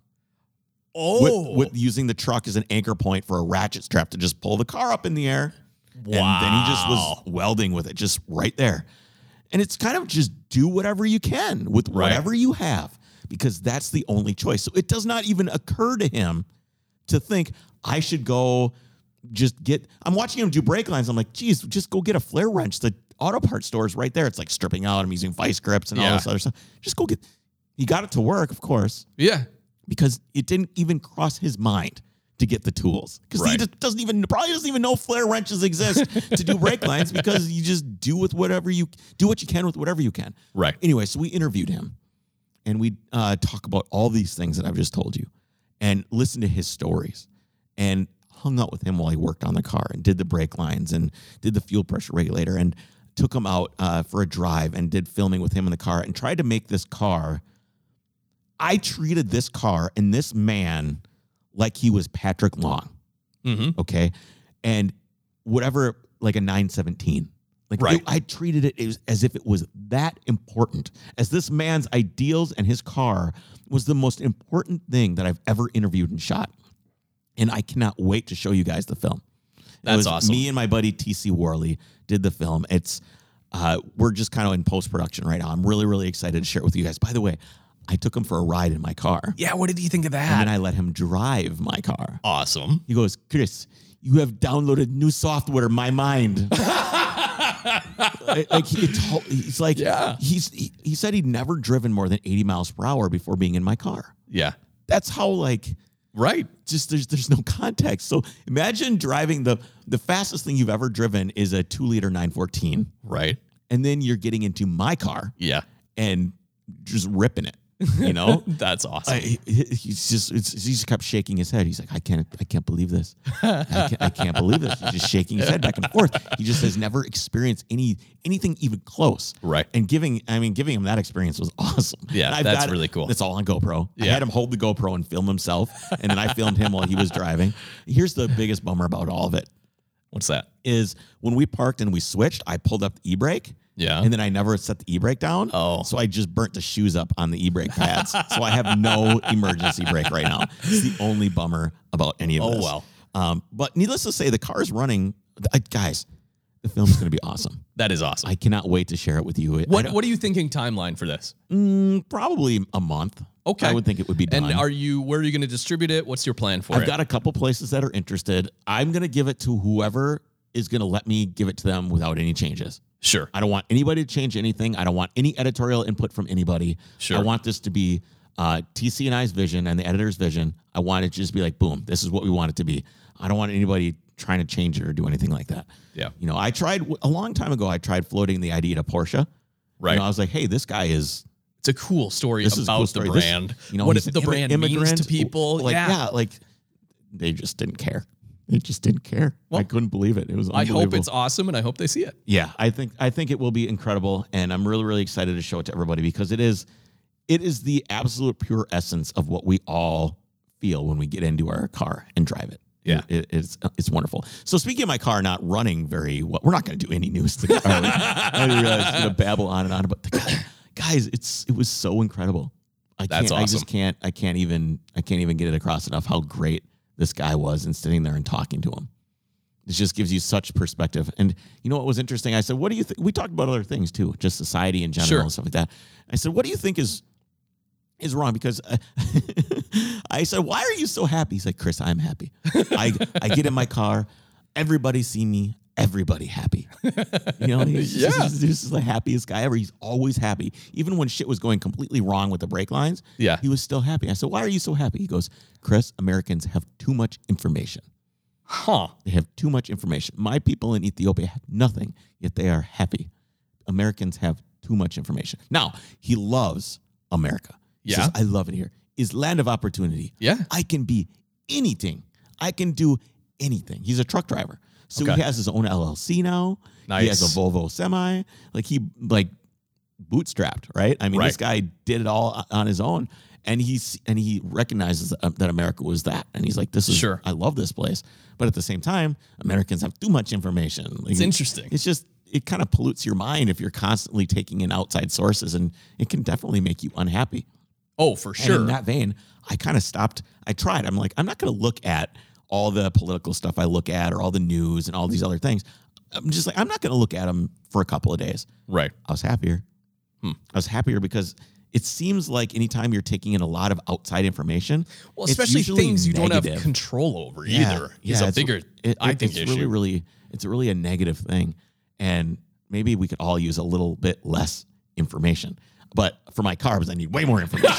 with,
Oh.
with using the truck as an anchor point for a ratchet strap to just pull the car up in the air. And then he just was
Wow.
welding with it, just right there. And it's kind of just do whatever you can with
Right.
whatever you have, because that's the only choice. So it does not even occur to him to think I should go just get. I'm watching him do brake lines. I'm like, geez, just go get a flare wrench. The auto parts store is right there. It's like stripping out. I'm using vice grips and all
Yeah.
this other stuff. Just go get. He got it to work, of course
yeah.
because it didn't even cross his mind to get the tools because he
Right.
just doesn't even probably doesn't even know flare wrenches exist to do brake lines because you just do with whatever you do what you can with whatever you can.
Right.
Anyway, so we interviewed him and we uh, talk about all these things that I've just told you and listen to his stories and hung out with him while he worked on the car and did the brake lines and did the fuel pressure regulator and took him out uh, for a drive and did filming with him in the car and tried to make this car. I treated this car and this man like he was Patrick Long,
Mm-hmm.
okay? And whatever, like a 917. Like
Right.
it- I treated it as, as if it was that important, as this man's ideals and his car was the most important thing that I've ever interviewed and shot. And I cannot wait to show you guys the film.
That's
it was
awesome.
Me and my buddy TC Worley did the film. It's uh, we're just kind of in post production right now. I'm really really excited to share it with you guys. By the way, I took him for a ride in my car,
Yeah, what did you think of
and
that?
then I let him drive my car.
awesome.
He goes, Chris, you have downloaded new software, my mind. like like, he told, he's like,
Yeah.
he's he, he said he'd never driven more than 80 miles per hour before being in my car.
Yeah.
That's how like
Right.
just there's there's no context. So imagine driving the the fastest thing you've ever driven is a two liter 914,
Right.
and then you're getting into my car
Yeah.
and just ripping it. You know,
(laughs) That's awesome.
Oh. I, he- he's just it's, he just kept shaking his head. He's like, I can't, I can't believe this. I can't, I can't believe this. He's just shaking his head back and forth. He just has never experienced any anything even close.
Right.
And giving, I mean, giving him that experience was (laughs) awesome.
Yeah,
And I've
that's really cool.
It's all on GoPro. I
Yeah.
had him hold the GoPro and film himself, and then I filmed him while he was driving. Here's the biggest bummer about all of it
What's that?
is when we parked and we switched, I pulled up the e brake.
Yeah.
And then I never set the e brake down.
Oh.
So I just burnt the shoes up on the e brake
(laughs)
pads. so I have no emergency brake right now. It's the only bummer about any of
Oh,
this.
well.
Um, but needless to say, the car's running. I, guys, the film's going to be awesome.
That is awesome.
I cannot wait to share it with you. I
what
don't-
What are you thinking timeline for this?
mm, probably a month.
Okay.
I would think it would be done.
And are you? Where are you going to distribute it? What's your plan for
I've
it?
got a couple places that are interested. I'm going to give it to whoever is going to let me give it to them without any changes.
sure.
I don't want anybody to change anything. I don't want any editorial input from anybody.
Sure.
I want this to be uh, TC and I's vision and the editor's vision. I want it to just be like, boom, this is what we want it to be. I don't want anybody trying to change it or do anything like that.
Yeah.
You know, I tried a long time ago, I tried floating the idea to Porsche.
Right.
You know, I was like, hey, this guy is
it's a cool story
this
about
is a cool story.
the
This-
brand.
you know,
what
he's
the
an
brand means to people.
Like,
yeah.
like they just didn't care. They just didn't care. I couldn't believe it. It was
I
unbelievable.
hope it's awesome, and I hope they see it.
yeah i think i think it will be incredible and i'm really really excited to show it to everybody because it is it is the absolute pure essence of what we all feel when we get into our car and drive it
Yeah.
It- it's it's wonderful. So speaking of my car not running very well, we're not going to do any news today.
(laughs)
are we? I didn't realize I was going to babble on and on about the guy. Guys, it's it was so incredible. I
That's
can't, I just
awesome.
can't. I can't even. I can't even get it across enough how great this guy was and sitting there and talking to him it just gives you such perspective. And you know what was interesting? I said, "What do you think?" We talked about other things too, just society in general
Sure.
and stuff like that. I said, "What do you think is is wrong?" Because uh, (laughs) I said, "Why are you so happy?" He's like, "Chris, I'm happy. I I get in my car, everybody see me." Everybody happy, you know.
(laughs)
He's,
Yeah.
just- he's just the happiest guy ever. He's always happy, even when shit was going completely wrong with the brake lines.
Yeah.
he was still happy. I said, "Why are you so happy?" He goes, "Chris, Americans have too much information."
Huh.
They have too much information. My people in Ethiopia have nothing, yet they are happy. Americans have too much information. Now, he loves America. He
Yeah.
says, I love it here. Is land of opportunity.
Yeah.
I can be anything. I can do anything. He's a truck driver. So
Okay.
he has his own LLC now. He has
Nice.
a Volvo semi. Like he like bootstrapped, right? I mean, this
Right.
guy did it all on his own, and he's and he recognizes uh, that America was that, and he's like, "This is
Sure.
I love this place," but at the same time, Americans have too much information. Like,
It's interesting.
It's just it kind of pollutes your mind if you're constantly taking in outside sources, and it can definitely make you unhappy.
Oh, for
And
sure.
in that vein, I kind of stopped. I tried. I'm like, I'm not going to look at all the political stuff I look at, or all the news, and all these other things. I'm just like, I'm not going to look at them for a couple of days.
right.
I was happier.
Hmm.
I was happier because it seems like anytime you're taking in a lot of outside information,
Well,
it's
especially
usually
things you don't have
negative.
control over either.
Yeah,
is
yeah,
a
it's-
bigger,
it-
I
it-
think,
it's
issue.
really, really, it's really a negative thing, and maybe we could all use a little bit less information. But for my carbs, I need way more
(laughs)
information.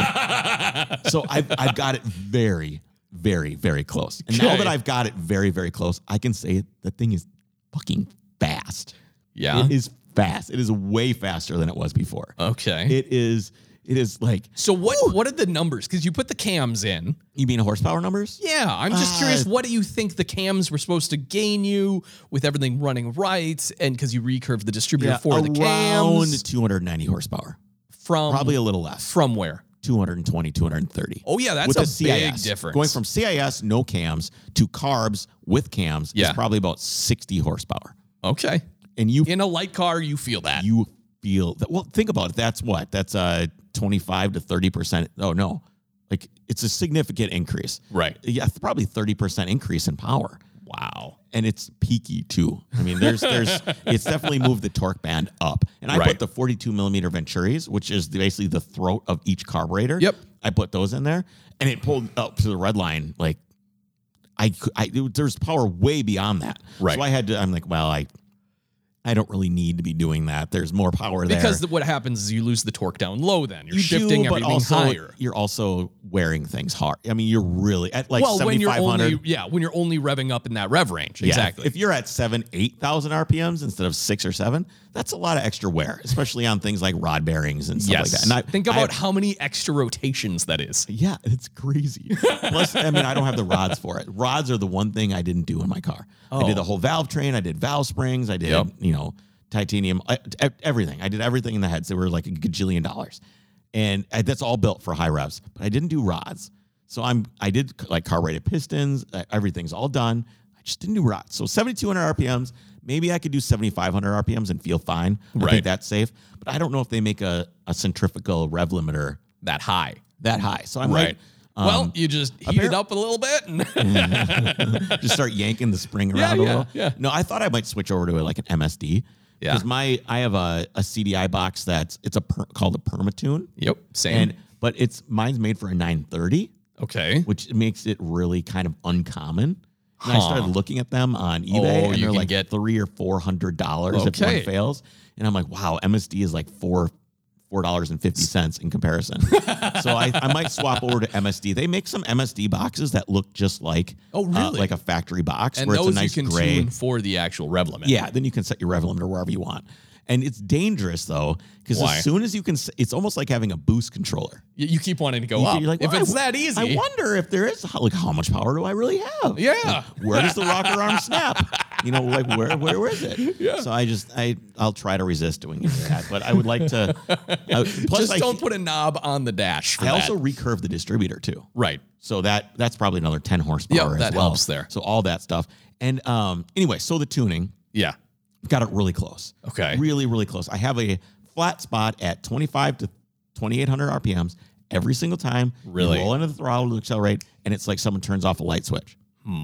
so I've, I've got it very, very, very close. And now
Okay.
that I've got it very, very close, I can say the thing is fucking fast.
Yeah. Uh.
It is fast. It is way faster than it was before.
Okay.
It is, it is like,
so what what are the numbers? Because you put the cams in.
you mean horsepower numbers?
Yeah, I'm just
Uh,
curious. What do you think the cams were supposed to gain you with everything running right, and because you recurved the distributor for the
around
cams
290 horsepower.
from
Probably a little less.
from where?
220, 230.
Oh yeah, that's
with
a
the CIS.
big difference.
Going from CIS, no cams, to carbs with cams
Yeah.
is probably about 60 horsepower.
okay
And you
in a light car, you feel that.
you feel that. Well, think about it. That's what? That's uh, 25 to 30%. Oh, no. Like it's a significant increase.
Right.
Yeah, it's probably 30% increase in power.
wow.
And it's peaky too. I mean, there's,
(laughs)
there's, it's definitely moved the torque band up. And I
Right.
put the 42 millimeter Venturis, which is the- basically the throat of each carburetor.
Yep.
I put those in there and it pulled up to the red line. Like I, cou- I, it- there's power way beyond that.
Right.
So I had to, I'm like, well, I, I don't really need to be doing that. There's more power there.
Because what happens is you lose the torque down low. Then you're
You do,
shifting
but
everything
also,
higher.
You're also wearing things hard. I mean, you're really at like
well, when you're
7,500.
only yeah, when you're only revving up in that rev range,
Yeah.
exactly.
If you're at seven, 8,000 RPMs instead of six or seven, that's a lot of extra wear, especially on things like rod bearings and stuff
yes,
like that. And I
think
I
about
have-
how many extra rotations that is.
(laughs) yeah, it's crazy. Plus, I mean, I don't have the rods for it. Rods are the one thing I didn't do in my car. I
Oh.
did the whole valve train. I did valve springs. I did,
Yep.
you know, titanium, I- e- everything. I did everything in the heads. They were like a gajillion dollars. And I, that's all built for high revs, but I didn't do rods. So I'm, I did like carbureted pistons. uh, Everything's all done. I just didn't do rods. So 7,200 RPMs. Maybe I could do 7,500 RPMs and feel fine. I
Right.
think that's safe. But I don't know if they make a, a centrifugal rev limiter
That high,
that high. So I'm um,
right?
right.
well, you just heat it
appar-
up a little bit.
(laughs)
And
just start yanking the spring around a
(laughs) yeah,
little.
yeah.
No, I thought I might switch over to like an MSD.
Yeah.
Because my I have a, a CDI box that's it's a per, called a Permatune,
(laughs) yep, same.
and but it's mine's made for a 930,
okay,
which makes it really kind of uncommon. And I started looking at them on eBay,
Oh,
and
you
they're
can
like
get-
three or four hundred dollars if
Okay.
one fails. And I'm like, wow, MSD is like four four dollars and fifty cents in
(laughs)
comparison. so I, I might swap over to MSD. They make some MSD boxes that look just like uh,
Oh, really?
like a factory box
and
where
those
it's a nice
you can
gray.
tune for the actual rev limit.
Yeah, then you can set your rev limiter wherever you want. And it's dangerous though, because
Why?
as soon as you can, s- it's almost like having a boost controller.
Y- you keep wanting to go
You-
up.
You're like,
if
"Well, I
it's
w-
that easy,
I wonder if there is how, like how much power do I really have?
Yeah.
Like, where does the rocker arm snap? You know, like where where where is it? Yeah. So I just I I'll try to resist doing that, but I would like to. I, plus,
just
I,
don't put a knob on the dash. For
I
that.
also recurve the distributor too.
right.
So that that's probably another ten horsepower.
Yeah,
as
that
well.
helps there.
So all that stuff. And um, anyway, so the tuning
Yeah.
got it really close.
Okay.
Really, really close. I have a flat spot at 25 to 2800 RPMs every single time. You
Really?
roll into the throttle to accelerate, and it's like someone turns off a light switch.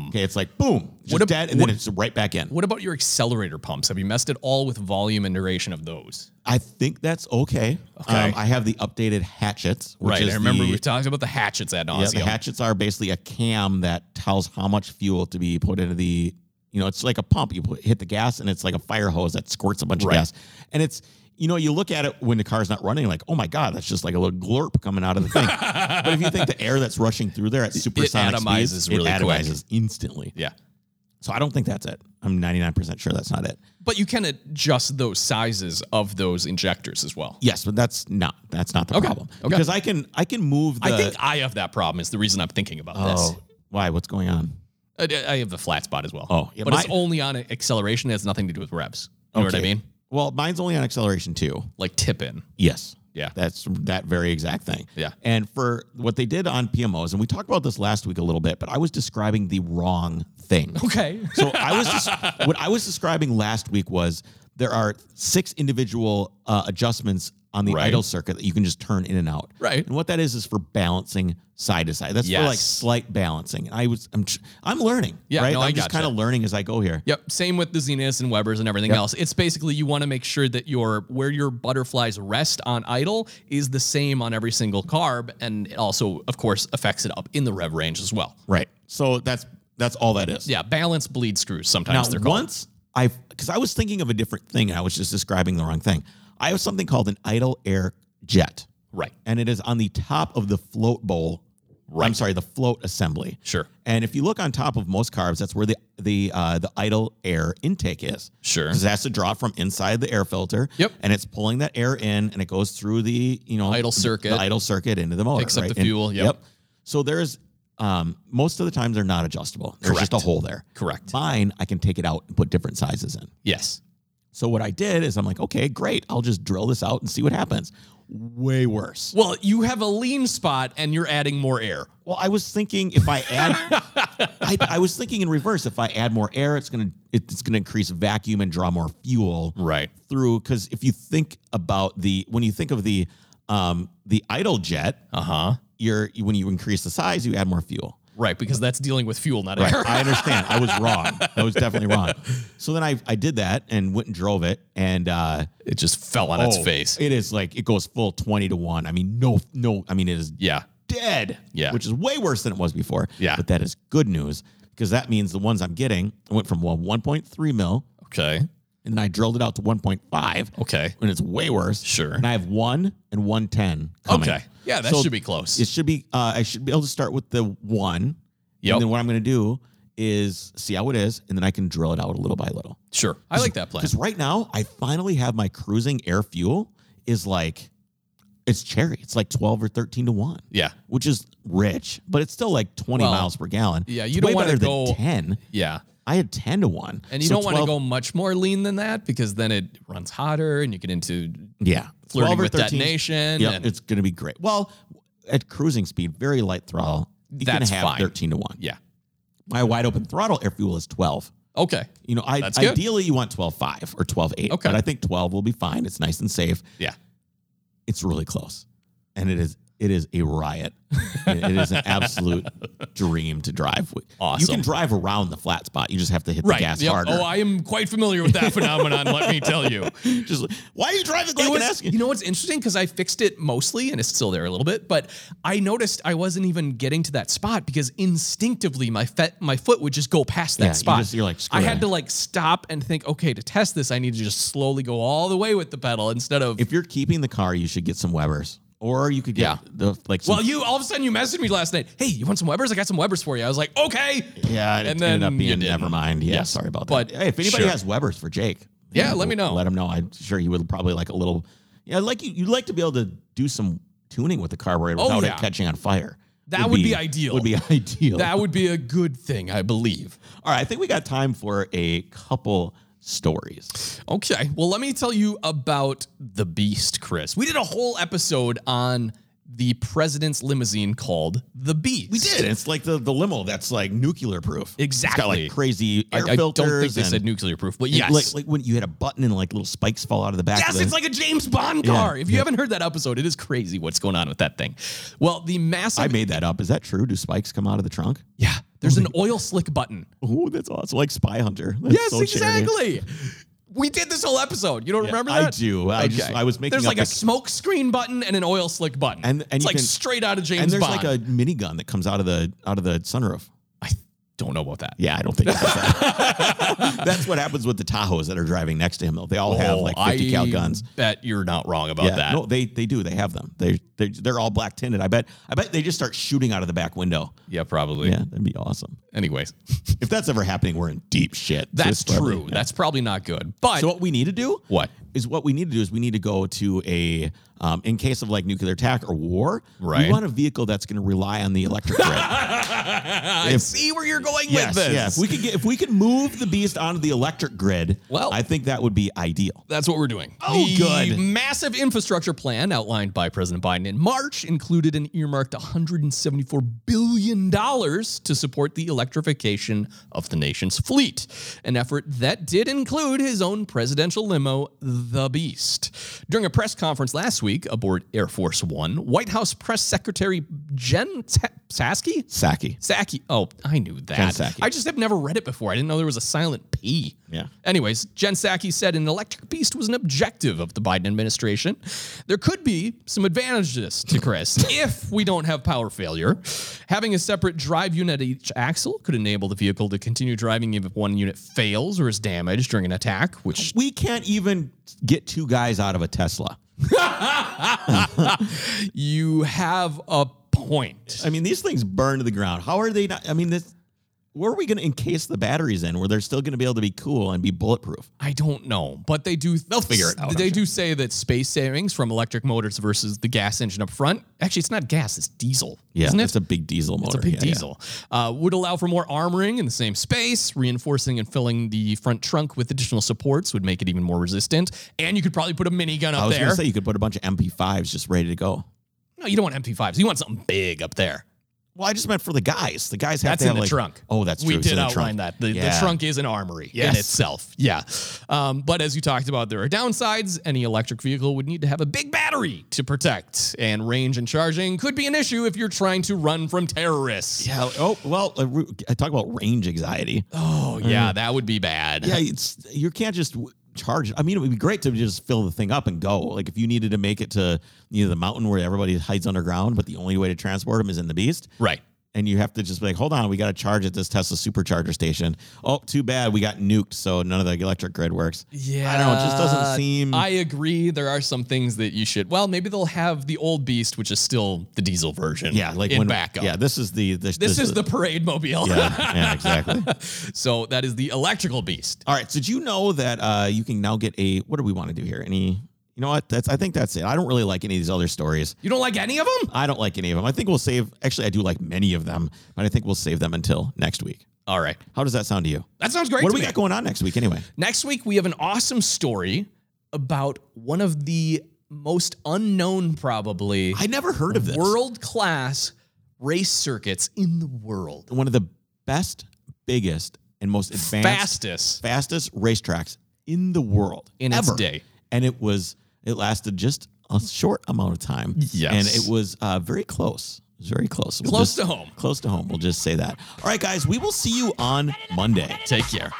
Okay. It's like boom, just
ab-
dead, and
Hmm. what-
then it's right back in.
What about your accelerator pumps? Have you messed at all with volume and duration of those?
I think that's okay. Um,
Okay.
I have the updated hatchets. Which
Right.
Is
I remember
the,
we talked about the hatchets ad
Yeah,
nauseum.
the hatchets are basically a cam that tells how much fuel to be put into the, you know, it's like a pump. You put, hit the gas and it's like a fire hose that squirts a bunch
Right.
of gas. And it's, you know, you look at it when the car's not running, like, oh my God, that's just like a little glurp coming out of the
(laughs)
thing. but if you think the air that's rushing through there at supersonic
atomizes
speeds,
really
it
quick.
atomizes instantly.
yeah.
So I don't think that's it. I'm 99% sure that's not it.
But you can adjust those sizes of those injectors as well.
Yes, but that's not that's not the
Okay.
problem.
Okay.
Because I can I can move the
I think I have that problem. Is the reason I'm thinking about
oh, why what's going on?
this. I, I have the flat spot as well.
Oh, yeah,
but it's
my-
only on acceleration. It has nothing to do with revs. You know what I
Okay.
mean?
Well, mine's only on acceleration too.
Like tip in.
Yes.
Yeah.
That's that very exact thing.
Yeah.
And for what they did on PMOs, and we talked about this last week a little bit, but I was describing the wrong thing.
Okay.
So I was
(laughs)
des- what I was describing last week was there are six individual uh, adjustments on the
Right.
idle circuit that you can just turn in and out.
Right.
And what that is is for balancing side to side. That's for like
Yes.
slight balancing. And I was I'm tr- I'm learning.
Yeah,
Right.
no,
I'm
I
just
gotcha.
kind of learning as I go here.
Yep. Same with the Zenas and Webers and everything else. It's basically you want to make sure that your where your butterflies rest on idle is the same on every single carb, and it also, of course, affects it up in the rev range as well.
Right. So that's that's all that is.
Yeah, balance bleed screws.
Now,
Sometimes they're called.
once I, because I was thinking of a different thing, and I was just describing the wrong thing. I have something called an idle air jet.
Right.
And it is on the top of the float bowl. I'm sorry, the float assembly.
Sure.
And if you look on top of most carbs, that's where the the uh, the idle air intake is.
Sure.
'Cause it has to draw from inside the air filter.
Yep.
And it's pulling that air in, and it goes through the you know
Idle
the-
circuit.
the idle circuit into the motor.
Picks up
right?
the
And-
fuel, yep.
So there's um, most of the times they're not adjustable. There's just
Correct.
a hole there.
Correct.
Mine, I can take it out and put different sizes in.
Yes.
So what I did is I'm like, okay, great. I'll just drill this out and see what happens. Way worse.
Well, you have a lean spot and you're adding more air.
Well, I was thinking if I add, (laughs) I, I was thinking in reverse. If I add more air, it's gonna it's gonna increase vacuum and draw more fuel
Right.
through. Because if you think about the when you think of the um, the idle jet,
Uh huh.
you're when you increase the size, you add more fuel.
Right, because that's dealing with fuel, not
Right.
air.
I understand. I was wrong. I was definitely wrong. So then I I did that and went and drove it and. uh
It just fell on its
Oh,
face.
It is like it goes full twenty to one. I mean, no, no. I mean, it is
yeah.
dead.
Yeah.
which is way worse than it was before.
Yeah.
but that is good news because that means the ones I'm getting I went from well, one point three mil,
Okay.
and then I drilled it out to one point five.
Okay.
and it's way worse.
Sure.
and I have one and one ten. Coming.
Okay. Yeah, that should be close.
It should be. Uh, I should be able to start with the one.
Yep.
And then what I'm going to do is see how it is, and then I can drill it out little by little.
Sure. I like that plan.
Because right now, I finally have my cruising air fuel is like, it's cherry. It's like 12 or 13 to 1.
Yeah.
Which is rich, but it's still like 20
Well,
miles per gallon.
yeah,
It's
you don't
way
wanna
better than
go-
10.
Yeah.
I had 10 to 1.
And you
So
don't want to
12
go much more lean than that because then it runs hotter and you get into
yeah,
flirting
12 or
with
13.
detonation.
Yeah,
and-
it's going to be great. Well, at cruising speed, very light throttle, you can
That's
have
fine.
13 to 1.
yeah.
My wide open throttle air fuel is 12.
Okay.
You know, I,
That's good.
ideally you want 12.5 or 12.8,
Okay.
but I think 12 will be fine. It's nice and safe.
Yeah.
it's really close, and it is it is a riot. it it is an
(laughs)
absolute dream to drive. You
Awesome.
can drive around the flat spot. You just have to hit
Right.
the gas
Yep.
harder.
Oh, I am quite familiar with that phenomenon, let me tell you.
(laughs) just why are you driving like
It
an
was,
ass?
you know what's interesting? Because I fixed it mostly and it's still there a little bit, but I noticed I wasn't even getting to that spot because instinctively my fe- my foot would just go past that
Yeah, you
spot.
just- you're like, screw
I
it.
had to like stop and think, okay, to test this, I need to just slowly go all the way with the pedal instead of.
if you're keeping the car, you should get some Webers, or you could get
Yeah.
the like. Some,
well, you all of a sudden you messaged me last night. Hey, you want some Webbers? I got some Webbers for you. I was like, okay.
yeah, it
and
ended
then
up
you
being
didn't.
never mind. Yeah,
Yes.
sorry about
But,
that. Hey, if anybody
sure.
has Webers for Jake,
Yeah,
you
let me know.
Let him know. I'm sure he would probably like a little. Yeah, like you, you'd like to be able to do some tuning with the carburetor without
Oh, yeah.
it catching on fire.
That would be ideal.
Would be (laughs) ideal.
That would be a good thing, I believe.
All right, I think we got time for a couple stories.
Okay. Well, let me tell you about the Beast, Chris. We did a whole episode on the president's limousine called the Beast. We
It's like the, the limo that's like nuclear proof. It's got
Exactly.
like crazy air
I, I don't
filters.
think they
and-
said nuclear proof, but
and
yes.
Like, like when you had a button and like little spikes fall out of the back. of
Yes,
the,
it's like a James Bond
Yeah,
car. if you
yeah.
haven't heard that episode, it is crazy what's going on with that thing. Well, the massive
I made that up. Is that true? Do spikes come out of the trunk?
yeah, there's an oil slick button.
Oh, that's awesome. Like Spy Hunter. That's
yes,
so charity.
exactly. We did this whole episode. You don't remember
I
that?
do. I just- I was making
There's
up
like a
a-
smoke screen button and an oil slick button.
And- and
it's
you
like
can-
straight out of James
And there's like
Bond.
a minigun that comes out of the out of the sunroof.
I don't know about that.
Yeah, I don't think that's that. (laughs) that's what happens with the Tahoes that are driving next to him. Though they all have like 50 cal guns.
Bet you're not wrong about Oh, that.
No, they they do. They have them. They they they're all black tinted. I bet. I bet they just start shooting out of the back window.
Yeah, probably.
Yeah, that'd be awesome.
Anyways,
If that's ever happening, we're in deep shit.
that's
Just probably-
true. That's probably not good. But
So what we need to do?
What?
is what we need to do is we need to go to a um, in case of like nuclear attack or war.
Right.
We want a vehicle that's going to rely on the electric grid.
(laughs) I
if-
see where you're going
yes.
with this.
Yeah. If we could get if we could move the beast onto the electric grid.
Well-
I think that would be ideal.
That's what we're doing.
Oh,
the
good.
Massive infrastructure plan outlined by President Biden in March included an earmarked $174 billion to support the electrification of the nation's fleet, an effort that did include his own presidential limo, The Beast. During a press conference last week aboard Air Force One, White House Press Secretary Jen Sa- Psaki
Saki.
Saki. Oh, I knew that.
Saki.
I just have never read it before. I didn't know there was a silent P.
Yeah.
Anyways, Jen Psaki said an electric beast was an objective of the Biden administration. There could be some advantages to Chris if we don't have power failure. Having a separate drive unit at each axle could enable the vehicle to continue driving even if one unit fails or is damaged during an attack, which
We can't even get two guys out of a Tesla.
You have a point.
I mean, these things burn to the ground. How are they not? I mean, this. Where are we going to encase the batteries in where they're still going to be able to be cool and be bulletproof?
I don't know, but they do. They'll
figure it out,
They
I'm
do say that space savings from electric motors versus the gas engine up front. Actually, it's not gas; it's diesel.
Yeah,
isn't it?
it's a big diesel motor.
It's a big
Yeah, yeah.
diesel. Uh, would allow for more armoring in the same space, reinforcing and filling the front trunk with additional supports would make it even more resistant. And you could probably put a minigun
I
up
was going
there.
to say you could put a bunch of MP5s just ready to go.
no, you don't want MP5s. You want something big up there.
Well, I just meant for the guys. The guys have
That's
to
in
have
the
like-
trunk.
Oh, that's true.
We
It's
did
in the
outline
trunk.
that. The, the
Yeah.
trunk is an armory
Yes. (laughs)
in itself. Yeah. Um, but as you talked about, there are downsides. Any electric vehicle would need to have a big battery to protect, and range and charging could be an issue if you're trying to run from terrorists.
Yeah. Oh well, uh, ru- I talk about range anxiety.
Oh, yeah, that would be bad.
Mm-hmm. Yeah, it's you can't just w- charge. it. I mean, it would be great to just fill the thing up and go. Like if you needed to make it to you know the mountain where everybody hides underground, but the only way to transport them is in the beast.
(laughs) Right.
And you have to just be like, hold on, we got to charge at this Tesla supercharger station. Oh, too bad we got nuked, so none of the electric grid works.
Yeah.
I don't know. It just doesn't seem.
I agree. There are some things that you should. Well, maybe they'll have the old beast, which is still the diesel version.
yeah, like
in
when
backup.
Yeah, this is the this,
This is the parade mobile.
yeah, yeah exactly.
(laughs) so that is the electrical beast.
All right. Did you know that uh, you can now get a? What do we want to do here? Any? You know what? That's. I think that's it. I don't really like any of these other stories.
You don't like any of them?
I don't like any of them. I think we'll save. Actually, I do like many of them, but I think we'll save them until next week.
All right.
How does that sound to you?
That sounds great.
What
to
do we
me.
got going on next week anyway?
Next week, we have an awesome story about one of the most unknown, probably
I never heard of this.
world class race circuits in the world.
One of the best, biggest, and most advanced,
Fastest.
fastest racetracks in the world
In its
ever.
day.
and it was it lasted just a short amount of time.
Yes.
and it was uh, very close. It was very close. We'll
Close
just-
to home.
Close to home. We'll just say that. All right, guys. We will see you on Monday.
Take care.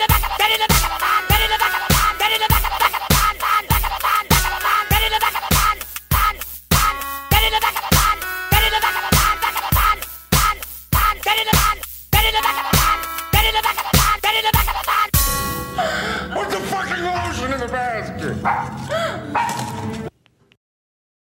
Daddy, the back of the